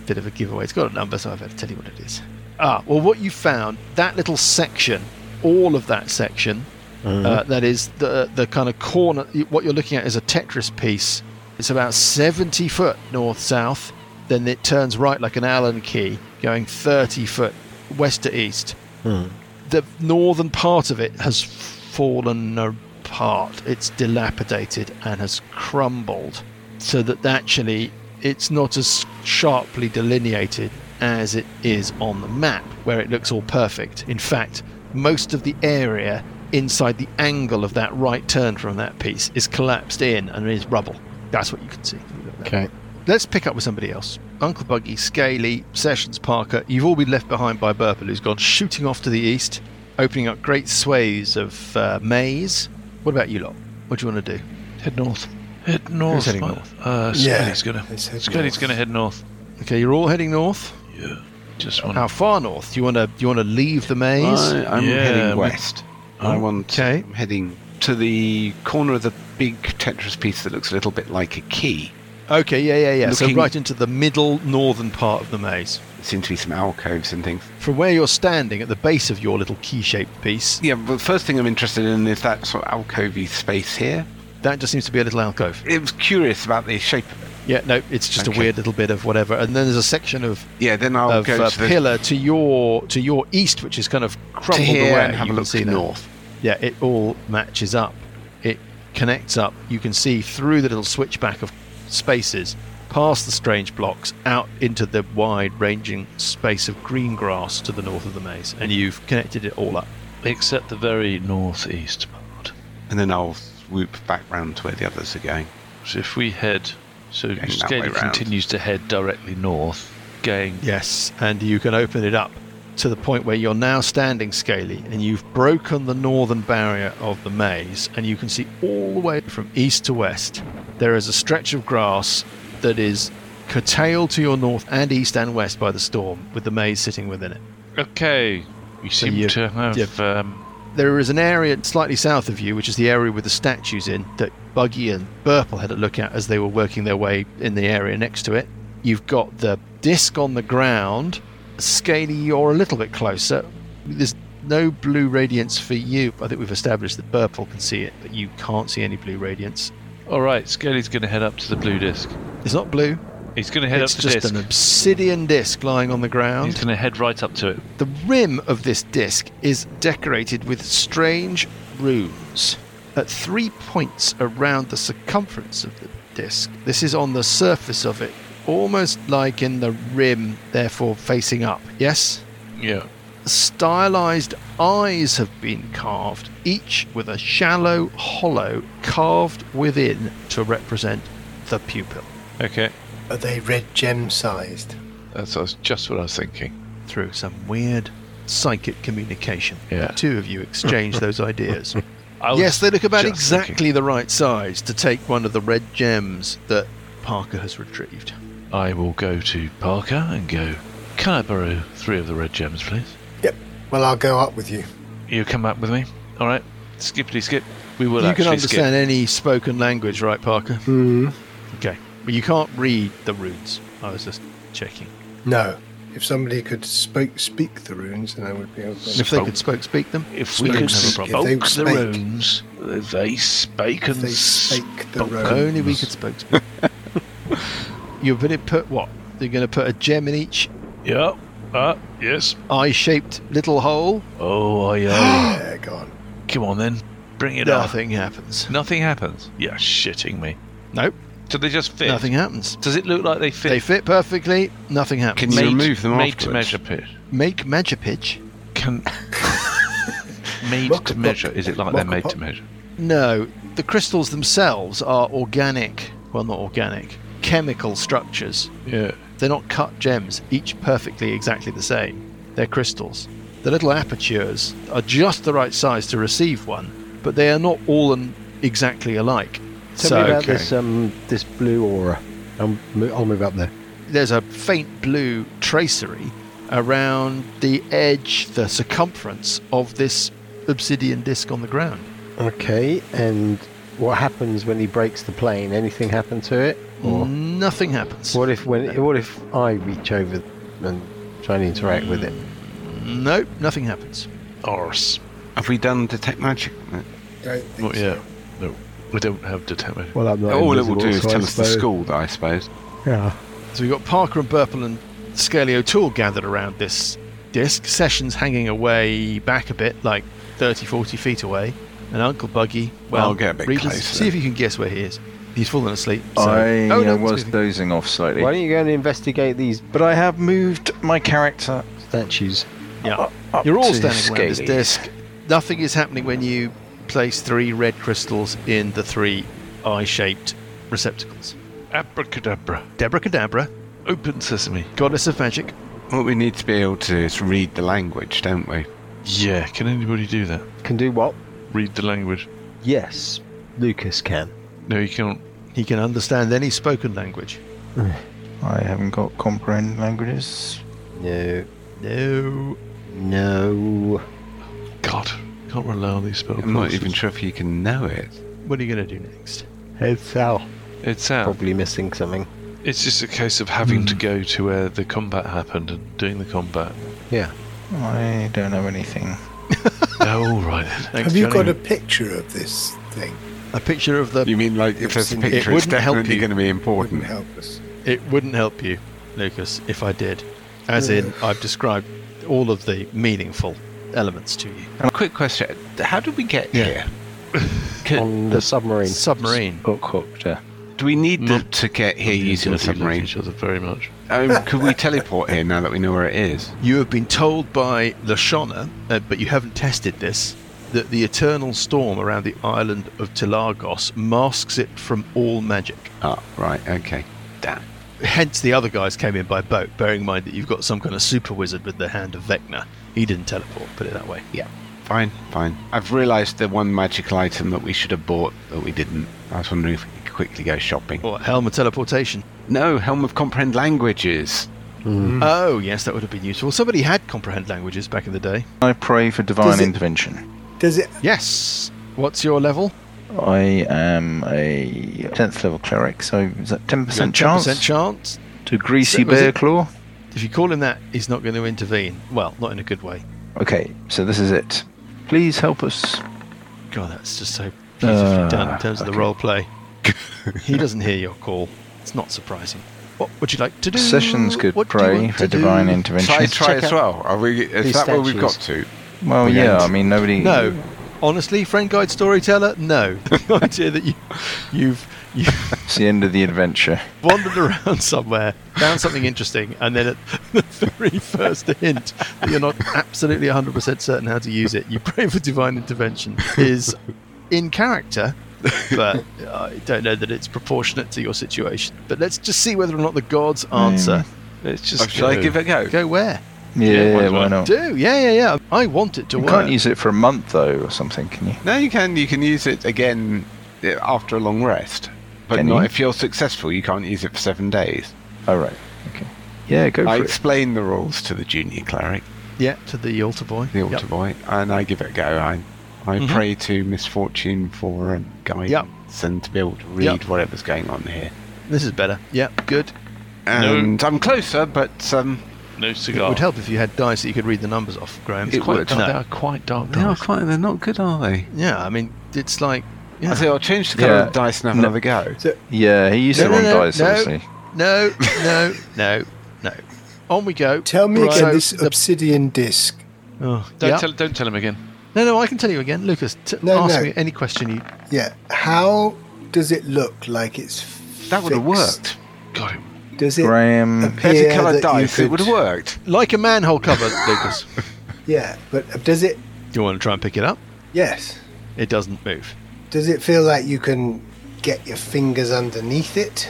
A: Bit of a giveaway. It's got a number, so I've had to tell you what it is. Ah, well, what you found, that little section, all of that section, uh, that is the, the kind of corner, what you're looking at is a Tetris piece. It's about 70 foot north south, then it turns right like an Allen key, going 30 foot west to east the northern part of it has fallen apart. It's dilapidated and has crumbled, so that actually it's not as sharply delineated as it is on the map, where it looks all perfect. In fact, most of the area inside the angle of that right turn from that piece is collapsed in and is rubble. That's what you can see.
G: Okay.
A: Let's pick up with somebody else. Uncle Buggy, Scaly, Sessions, Parker, you've all been left behind by Burple, who's gone shooting off to the east, opening up great swathes of uh, maze. What about you lot? What do you want to do?
B: Head north. Head north.
A: heading
B: mate.
A: north?
B: Uh,
E: Yeah,
B: Scully's gonna.
E: let's head
B: Scully's
E: north.
B: gonna head north.
A: Okay, you're all heading north.
B: Yeah. Just want.
A: How far north? Do you want to? Do you want to leave the maze?
C: I, I'm
B: Yeah,
C: heading
B: we-
C: west. I want.
A: okay.
C: I'm heading to the corner of the big Tetris piece that looks a little bit like a key.
A: okay, yeah, yeah, yeah.
C: Looking-
A: So right into the middle northern part of the maze.
C: There seem to be some alcoves and things.
A: From where you're standing at the base of your little key-shaped piece,
C: Yeah, but first thing I'm interested in is that sort of alcovey space here.
A: that just seems to be a little alcove.
C: It was curious about the shape of it.
A: Yeah, no, it's just
C: Okay.
A: a weird little bit of whatever. And then there's a section of
C: Yeah, then I'll
A: of
C: go
A: uh,
C: to the
A: pillar to your to your east, which is kind of
C: to
A: crumbled
C: here
A: away.
C: and have
A: You
C: a
A: can
C: look
A: see that.
C: north.
A: Yeah, it all matches up. It connects up. You can see through the little switchback of spaces, past the strange blocks, out into the wide-ranging space of green grass to the north of the maze, and you've connected it all up.
B: Except the very northeast part.
C: And then I'll swoop back round to where the others are going.
B: So if we head, so
C: that way
B: Scaly
C: round.
B: continues to head directly north, going
A: Yes, and you can open it up to the point where you're now standing, Scaly, and you've broken the northern barrier of the maze, and you can see all the way from east to west. There is a stretch of grass that is curtailed to your north and east and west by the storm, with the maze sitting within it.
B: Okay, we seem
A: you-
B: to have.
A: you've-
B: Um,
A: There is an area slightly south of you, which is the area with the statues in, that Buggy and Burple had a look at as they were working their way in the area next to it. You've got the disc on the ground. Scaly, you're a little bit closer. There's no blue radiance for you. I think we've established that Burple can see it, but you can't see any blue radiance.
B: all right, Scaly's going to head up to the blue disc.
A: It's not blue.
B: He's going to head
A: it's
B: up to
A: just
B: the disc.
A: an obsidian disc lying on the ground.
B: He's going to head right up to it.
A: The rim of this disc is decorated with strange runes at three points around the circumference of the disc. This is on the surface of it, almost like in the rim, therefore facing up. Yes?
B: Yeah.
A: stylized eyes have been carved, each with a shallow hollow carved within to represent the pupil.
H: Okay.
E: Are they red gem sized?
H: That's, that's just what I was thinking.
A: Through some weird psychic communication,
H: Yeah.
A: the two of you exchange those ideas.
H: I was
A: Yes, they look about
H: Oh, just thinking-
A: exactly the right size to take one of the red gems that Parker has retrieved.
H: I will go to Parker and go, Can I borrow three of the red gems, please?
E: Yep. Well, I'll go up with you.
H: You come up with me. All right. Skippity skip. We will
A: you
H: actually
A: can
H: skip.
A: understand any spoken language, right, Parker? Mm. Okay. But you can't read the runes. I was just checking.
E: No. If somebody could spoke, speak the runes, then I would be able to.
A: If they could spoke speak them,
H: If we
A: Spokes
H: could
A: have a
H: spoke
A: problem.
B: Oh,
E: If they
H: the
E: spake.
H: runes, they spake and
E: If they spake the
H: spoke.
E: runes.
A: only we could spoke speak. You're going to put what? You're going to put a gem in each
H: Yeah. Ah, yes.
A: eye-shaped little hole.
H: Oh, I, uh,
E: Yeah, go on.
H: come on then. Bring it up.
A: Nothing happens.
H: Nothing happens. You're shitting me.
A: Nope.
H: Do they just fit?
A: Nothing happens.
H: Does it look like they fit?
A: They fit perfectly. Nothing
C: Can
A: happens.
C: you
H: Made-
C: remove them
H: made to
C: afterwards?
H: measure pit.
A: Make magic pitch.
H: Can made
E: Rock-
H: to measure? Is it like they're
E: rock-
H: made to measure?
A: No, the crystals themselves are organic. Well, not organic. Chemical structures.
H: Yeah.
A: They're not cut gems, each perfectly exactly the same. They're crystals. The little apertures are just the right size to receive one, but they are not all and exactly alike.
G: Tell
A: so
G: me about
H: okay.
G: this um this blue aura. I'm, mo- I'll move up there.
A: there's a faint blue tracery around the edge, the circumference of this obsidian disc on the ground.
G: Okay, and what happens when he breaks the plane? Anything happen to it? Or
A: Mm. Nothing happens.
G: Oh. what if when what if I reach over and try and interact with it?
A: Nope, nothing happens.
H: Ors.
C: Have we done detect magic? on it?
E: Don't think
H: Well, yeah. No, we don't have detect measure.
G: Well, I'm not
C: All it will do
G: invisible,
C: is
G: so I
C: tell us the
G: suppose-
C: school, I suppose.
G: Yeah.
A: So we've got Parker and Burple and Scaly O'Toole gathered around this disc. Sessions hanging away back a bit, like 30, 40 feet away. And Uncle Buggy, well,
C: I'll get a bit
A: Regis,
C: close
A: see
C: then.
A: if you can guess where he is. He's fallen asleep. So.
D: I
A: oh, no,
D: uh, was
A: excuse me.
D: dozing off slightly.
G: Why don't you go and investigate these
D: But I have moved my character.
G: statues?
A: yeah.
D: up- up
A: You're all
D: to
A: standing around this
D: Scaly.
A: disc. Nothing is happening when you place three red crystals in the three eye-shaped receptacles.
H: Abracadabra.
A: Deborah Cadabra,
H: Open sesame.
A: goddess of magic,
C: What we need to be able to do is read the language, don't we?
H: Yeah. Can anybody do that?
G: Can do what?
H: Read the language.
G: Yes, Lucas can.
H: No, you can't.
A: he can understand any spoken language.
D: I haven't got comprehend languages.
G: No,
A: No.
G: no.
H: God. Can't rely on these spells.
C: I'm not even sure if you can know it.
A: What are you going to do next?
G: It's Al.
H: It's
B: Oh.
H: out.
G: Probably missing something.
H: It's just a case of having to go to where the combat happened and doing the combat.
G: Yeah.
D: I don't know anything.
H: oh, all right. then.
A: Thanks,
E: Have you
A: Johnny.
E: got a picture of this thing?
A: A picture of the.
C: You mean like if there's a
E: It
C: picture, it's
A: wouldn't help
C: definitely
A: you.
C: going to be
E: Wouldn't
C: important.
E: help us.
A: It wouldn't help you, Lucas, if I did. As in,
G: Mm.
A: I've described all of the meaningful elements to you.
C: And a quick question: How did we get here? Can,
G: On the Oh. submarine.
A: Submarine.
D: Got hooked. uh,
C: do we need
H: Not-
C: them to get here using the
H: Bloody love
C: submarine?
H: Each other very much.
C: I mean, could we teleport here now that we know where it is?
A: You have been told by Lashana, uh, but you haven't tested this, that the eternal storm around the island of Telagos masks it from all magic.
C: Ah, right. Okay. Damn.
A: Hence, the other guys came in by boat, bearing in mind that you've got some kind of super wizard with the hand of Vecna. He didn't teleport, put it that way.
C: Yeah. Fine. Fine. I've realised the one magical item that we should have bought that we didn't. I was wondering if we could quickly go shopping.
A: Or helm of teleportation.
C: No, Helm of Comprehend Languages.
A: Oh, yes, that would have been useful. Somebody had comprehend languages back in the day.
D: I pray for
E: Does
D: divine
E: it-
D: intervention.
E: Does it?
A: Yes. What's your level?
D: I am a 10th level cleric, so is that 10% chance?
A: 10% chance.
D: to Greasy
A: Was
D: Bear
A: it-
D: Claw?
A: If you call him that, he's not going to intervene. Well, not in a good way.
D: Okay, so this is it. Please help us.
A: God, that's just so beautifully
D: Uh,
A: done in terms of the
D: okay.
A: role play. he doesn't hear your call. It's not surprising. What would you like to do?
D: Sessions could
A: What do you
D: pray
A: want
D: for
A: to do?
D: divine
C: Should
D: intervention.
C: I try
G: check
C: as
G: out
C: well? Are we? Is
G: these
C: that where we've got to?
G: statues.
D: Well,
C: We
D: yeah,
C: don't.
D: I mean, nobody.
A: No. Honestly, friend guide storyteller, no. the idea that you, you've, you've
D: It's the end of the adventure.
A: wandered around somewhere found something interesting, and then at the very first hint that you're not absolutely 100% certain how to use it, you pray for divine intervention, is in character, but I don't know that it's proportionate to your situation. But let's just see whether or not the gods
C: Hmm.
A: answer.
B: It's
C: Oh,
B: just
C: should I give it a go?
A: Go where?
D: Yeah,
C: might as
D: why
C: well.
D: not?
A: Do, yeah, yeah, yeah. I want it to
D: You
A: work.
D: can't use it for a month though, or something, can you?
C: No, you can. You can use it again eh, after a long rest, but
D: Can
C: not
D: you?
C: if you're successful. You can't use it for seven days.
D: All Oh, right. Okay. Yeah, go for
C: I
D: it.
C: explain the rules to the junior cleric,
A: yeah, to the altar boy.
C: the altar
A: Yep.
C: boy, and I give it a go. I, I pray to misfortune for um, guidance and to be able to read
A: Yep.
C: whatever's going on here.
A: This is better. Yeah, good.
C: And I'm closer, but um,
H: No
A: It
H: cigar.
A: would help if you had dice that you could read the numbers off, Graham.
C: It
H: Quite
C: would.
H: dark.
C: No.
H: They are quite dark.
C: they are
H: dark.
C: quite. They're not good, are they?
A: Yeah, I mean, it's like. Yeah.
C: I say I'll change the colour
D: Yeah.
C: of the dice and have
D: No.
C: another go.
D: Yeah, he used
A: No,
D: the
A: no,
D: wrong
A: no,
D: dice,
A: no.
D: obviously.
A: No, no, no, no. On we go.
E: Tell me
A: Right.
E: again
A: So
E: this
A: the-
E: obsidian disc.
A: oh,
H: Don't
A: yeah.
H: tell. Don't tell him again.
A: No, no, I can tell you again, Lucas. T-
E: No,
A: ask
E: no.
A: me any question you.
E: Yeah. How does it look like it's
C: That would have
E: fixed?
C: worked.
H: Got him.
E: Does it
D: Graham.
E: appear
C: Better coloured
E: that you
C: dice. It
E: could-
C: would have worked.
A: Like a manhole cover, Lucas. Do
E: Yeah, but does it?
A: you want to try and pick it up?
E: Yes.
A: It doesn't move.
E: Does it feel like you can get your fingers underneath it?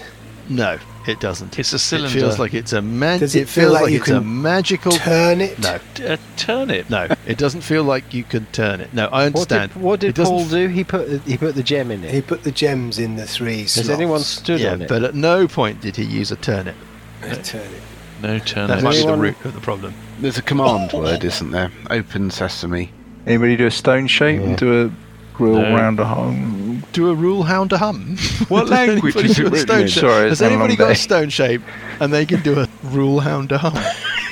A: No, it doesn't.
H: It's a
A: It
H: cylinder.
A: feels like it's a man.
E: Does it feel
A: feels
E: like you
A: it's a
E: can
A: magical?
E: Turn it?
A: no,
H: Uh, turn it.
A: no, it doesn't feel like you can turn it. No, I
G: What
A: understand.
G: did, what
A: It
G: did
A: doesn't
G: Paul do? He put he put the gem in
E: He
G: it.
E: put the gems in the three slots.
G: Has anyone stood
A: yeah,
G: on it?
A: but at no point did he use a turnip.
E: Turn it.
H: No turn
A: That
H: it.
A: might be the
G: anyone-
A: root of the problem.
C: There's a command word, isn't there? Open sesame.
D: Anybody do a stone shape and do a grill
H: No.
D: round a home?
A: Do a rule hound a hum?
C: What
A: Does
C: language
A: anybody
C: is
A: do
C: it
A: a
C: written
A: stone
C: in?
A: shape?
D: Sorry, it's
A: Has
D: been a long
A: anybody got a
D: day.
A: stone shape and they can do a rule hound a hum?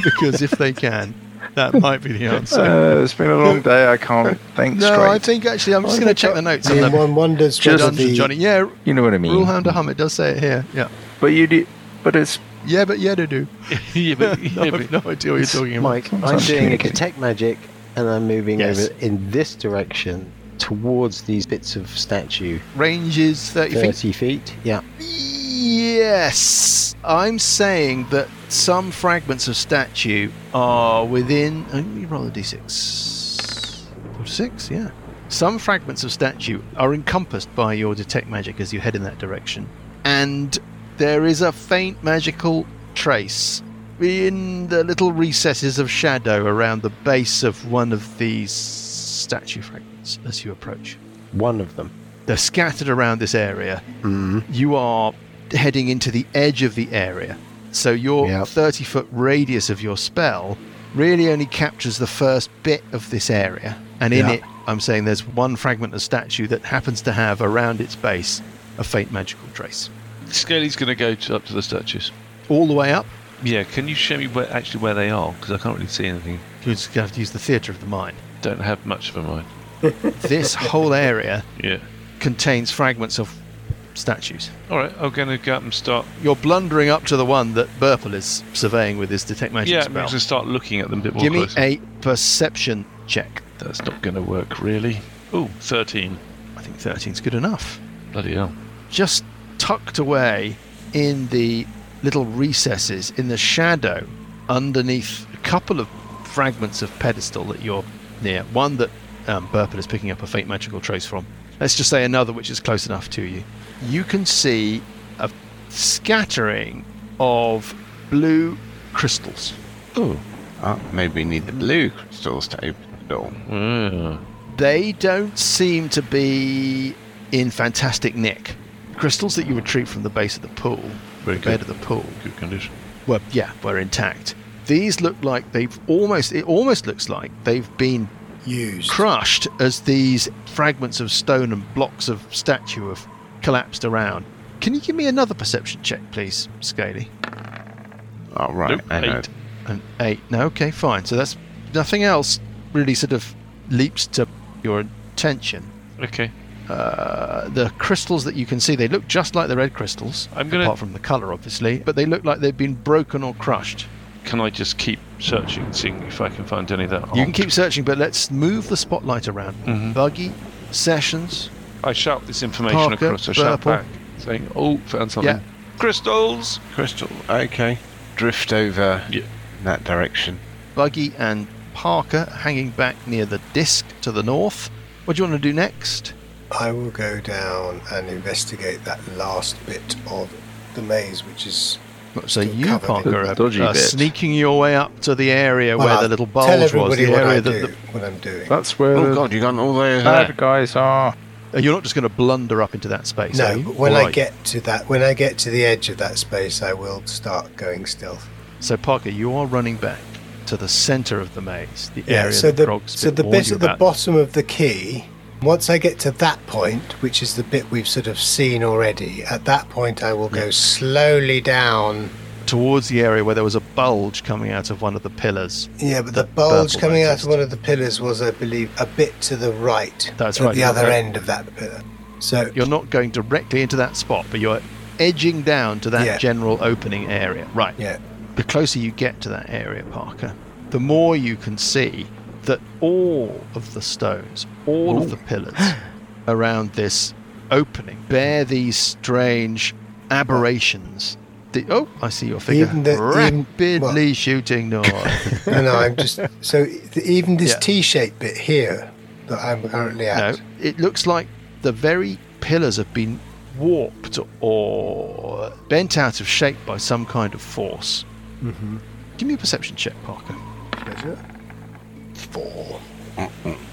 A: because if they can, that might be the answer.
D: Uh, it's been a long day. I can't think
A: no,
D: straight.
A: I think actually I'm just going to check the notes on
E: And
A: the
E: one wonders whether
A: dungeon,
E: the,
A: Johnny. Yeah,
D: you know what I mean.
A: rule hound a hum. It does say it here. Yeah,
D: But you do. But it's
A: yeah, but yeah, they do.
H: yeah, but, yeah,
A: I
H: but
A: have no idea what you're talking about.
G: Mike, I'm
D: Sounds
G: doing a
D: tricky.
G: detect magic, and I'm moving
A: Yes.
G: over in this direction towards these bits of statue.
A: Range is 30 feet.
G: Thirty feet. Yeah.
A: Yes, I'm saying that some fragments of statue are within. oh, Let me roll a d6. Or six, yeah. Some fragments of statue are encompassed by your detect magic as you head in that direction, and there is a faint magical trace in the little recesses of shadow around the base of one of these statue fragments as you approach.
G: One of them.
A: They're scattered around this area. You are heading into the edge of the area. So your
G: Yep.
A: 30 foot radius of your spell really only captures the first bit of this area. And in
G: Yeah.
A: it, I'm saying there's one fragment of statue that happens to have around its base a faint magical trace.
H: Scaly's going to go to, up to the statues.
A: All the way up,
H: Yeah, can you show me where actually where they are? Because I can't really see anything.
A: you're just going to have to use the theatre of the mind.
H: Don't have much of a mind.
A: This whole area
H: Yeah.
A: contains fragments of statues.
H: All right, I'm going to go up and start.
A: You're blundering up to the one that Burple is surveying with his detect magic
H: yeah, I'm
A: spell.
H: going to start looking at them a bit more
A: Give me
H: closer.
A: a perception check.
H: That's not going to work, really. Ooh, 13.
A: I think 13's good enough.
H: Bloody hell.
A: Just tucked away in the little recesses, in the shadow, underneath a couple of fragments of pedestal that you're near. One that um, Burpin is picking up a faint magical trace from. Let's just say another which is close enough to you. You can see a scattering of blue crystals.
C: Oh, uh, maybe we need the blue crystals to open the door.
H: Yeah.
A: they don't seem to be in fantastic nick. Crystals that you retrieve from the base of the pool,
H: Very
A: the bed of
H: good.
A: the pool,
H: Good condition.
A: well, yeah, were intact. These look like they've almost, it almost looks like they've been
E: used.
A: crushed as these fragments of stone and blocks of statue have collapsed around. Can you give me another perception check, please, Scaly?
C: Oh, right.
H: Nope,
C: I know.
H: eight.
A: An eight. No, okay, fine. So that's nothing else really sort of leaps to your attention.
H: Okay.
A: Uh, the crystals that you can see, they look just like the red crystals,
H: I'm gonna-
A: apart from the colour, obviously, but they look like they've been broken or crushed.
H: Can I just keep searching, seeing if I can find any that
A: You can keep searching, but let's move the spotlight around. Buggy, Sessions,
H: I shout this Mm-hmm. information
A: Parker,
H: across. I shout
A: purple.
H: back, saying, "Oh, found something."
A: Yeah.
H: Crystals.
C: Crystal. Okay. drift over
H: Yeah.
C: in that direction.
A: Buggy and Parker hanging back near the disc to the north. What do you want to do next?
E: I will go down and investigate that last bit of the maze, which is
A: So
E: Still
A: you,
E: covered in
A: Parker, are,
D: dodgy
A: are
D: bit.
A: sneaking your way up to the area
E: Well,
A: where
E: I'll
A: the little
E: tell
A: bulge was.
E: everybody
A: The
E: what
A: area
E: I
A: that
E: do, what I'm doing.
D: That's where
C: Oh
D: the
C: god, you've gone all the way over
D: bad
C: there.
D: guys are.
A: the- you're not just going to blunder up into that space. are
E: No,
A: you?
E: but when I
A: Right.
E: get to that, when I get to the edge of that space, I will start going stealth.
A: So Parker, you are running back to the centre of the maze, the area
E: so
A: that
E: the
A: Grog's
E: so
A: bit
E: the
A: warned
E: bit
A: you
E: at the
A: about.
E: bottom of the key. Once I get to that point, which is the bit we've sort of seen already, at that point I will go slowly down.
A: towards the area where there was a bulge coming out of one of the pillars.
E: Yeah, but the,
A: The
E: bulge
A: purple
E: coming out
A: noticed.
E: of one of the pillars was, I believe, a bit to the right.
A: That's
E: at
A: right,
E: The
A: you're
E: other
A: right.
E: end of that pillar. So
A: You're not going directly into that spot, but you're edging down to that
E: Yeah.
A: general opening area. Right.
E: yeah,
A: The closer you get to that area, Parker, the more you can see that all of the stones, all of the pillars around this opening bear these strange aberrations. The, oh, I see your figure.
E: Even the- even-
A: Rapidly
E: well-
A: shooting north.
E: no, no, I'm just so th- even this
A: Yeah.
E: T-shaped bit here that I'm currently
A: No,
E: at.
A: it looks like the very pillars have been warped or bent out of shape by some kind of force.
E: Mm-hmm.
A: Give me a perception check, Parker.
E: Four.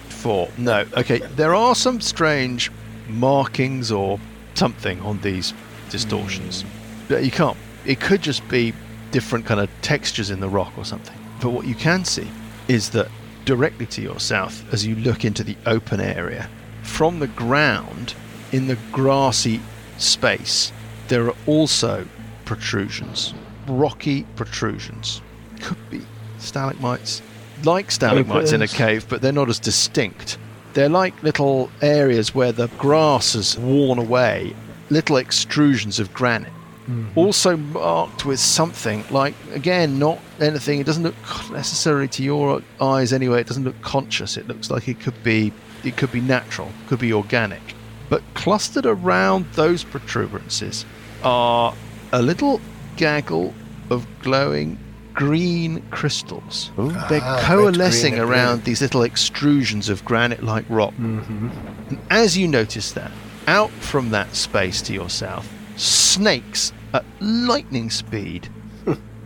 A: Four. No. Okay. There are some strange markings or something on these distortions. But You can't. It could just be different kind of textures in the rock or something. But what you can see is that directly to your south, as you look into the open area, from the ground in the grassy space, there are also protrusions, rocky protrusions. Could be stalagmites, like stalagmites in a
G: Opens.
A: cave, but they're not as distinct. They're like little areas where the grass has worn away, little extrusions of granite. Also marked with something like, again, not anything. It doesn't look necessarily to your eyes anyway. It doesn't look conscious. It looks like it could be, it could be natural, could be organic. But clustered around those protuberances are a little gaggle of glowing green crystals. They're
E: Ah, red,
A: coalescing
E: green, and
A: around
E: blue.
A: these little extrusions of granite like rock. And as you notice that, out from that space to your south, snakes at lightning speed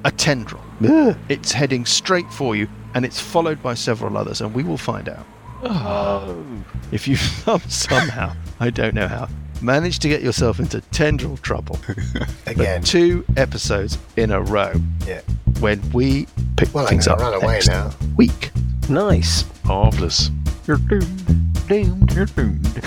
A: a tendril. It's heading straight for you and it's followed by several others, and we will find out.
G: Oh.
A: If you somehow, I don't know how, manage to get yourself into tendril trouble
E: Again,
A: two episodes in a row
E: yeah.
A: when we pick
E: Well, I'm
A: things
E: gonna
A: up
E: run away
A: next
E: now.
A: week.
G: Nice.
H: Marvellous.
G: You're doomed. Doomed. You're doomed.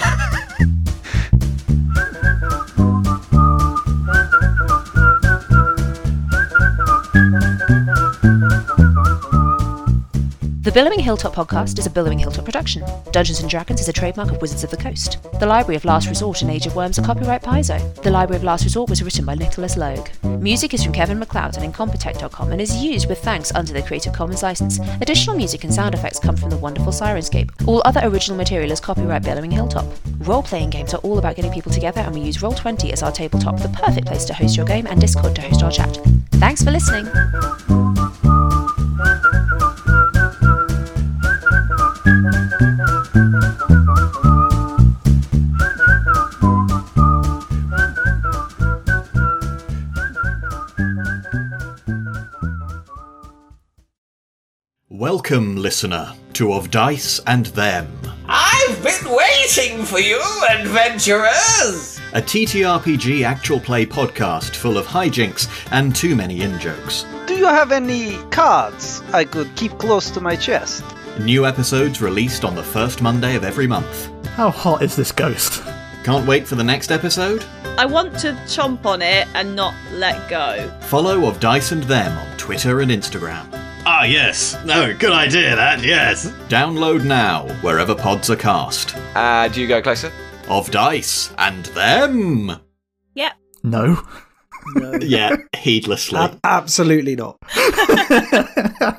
I: The Billowing Hilltop podcast is a Billowing Hilltop production. Dungeons and Dragons is a trademark of Wizards of the Coast. The Library of Last Resort and Age of Worms are copyright Paizo. The Library of Last Resort was written by Nicholas Logue. Music is from Kevin McLeod and Incompetech.com and is used with thanks under the Creative Commons license. Additional music and sound effects come from the wonderful Sirenscape. All other original material is copyright Billowing Hilltop. Role playing games are all about getting people together, and we use Roll20 as our tabletop, the perfect place to host your game, and Discord to host our chat. Thanks for listening!
J: Welcome, listener, to Of Dice and Them,
K: I've been waiting for you, adventurers!
J: a TTRPG actual play podcast full of hijinks and too many in jokes.
L: Do you have any cards I could keep close to my chest?
J: New episodes released on the first Monday of every month.
M: How hot is this ghost?
J: Can't wait for the next episode?
K: I want to chomp on it and not let go.
J: Follow Of Dice and Them on Twitter and Instagram.
M: Ah, yes. No, good idea that, yes.
J: Download now wherever pods are cast.
K: Uh, do you go closer?
J: Of Dice and Them!
K: Yep.
M: No.
J: Yeah, heedlessly.
M: Absolutely not.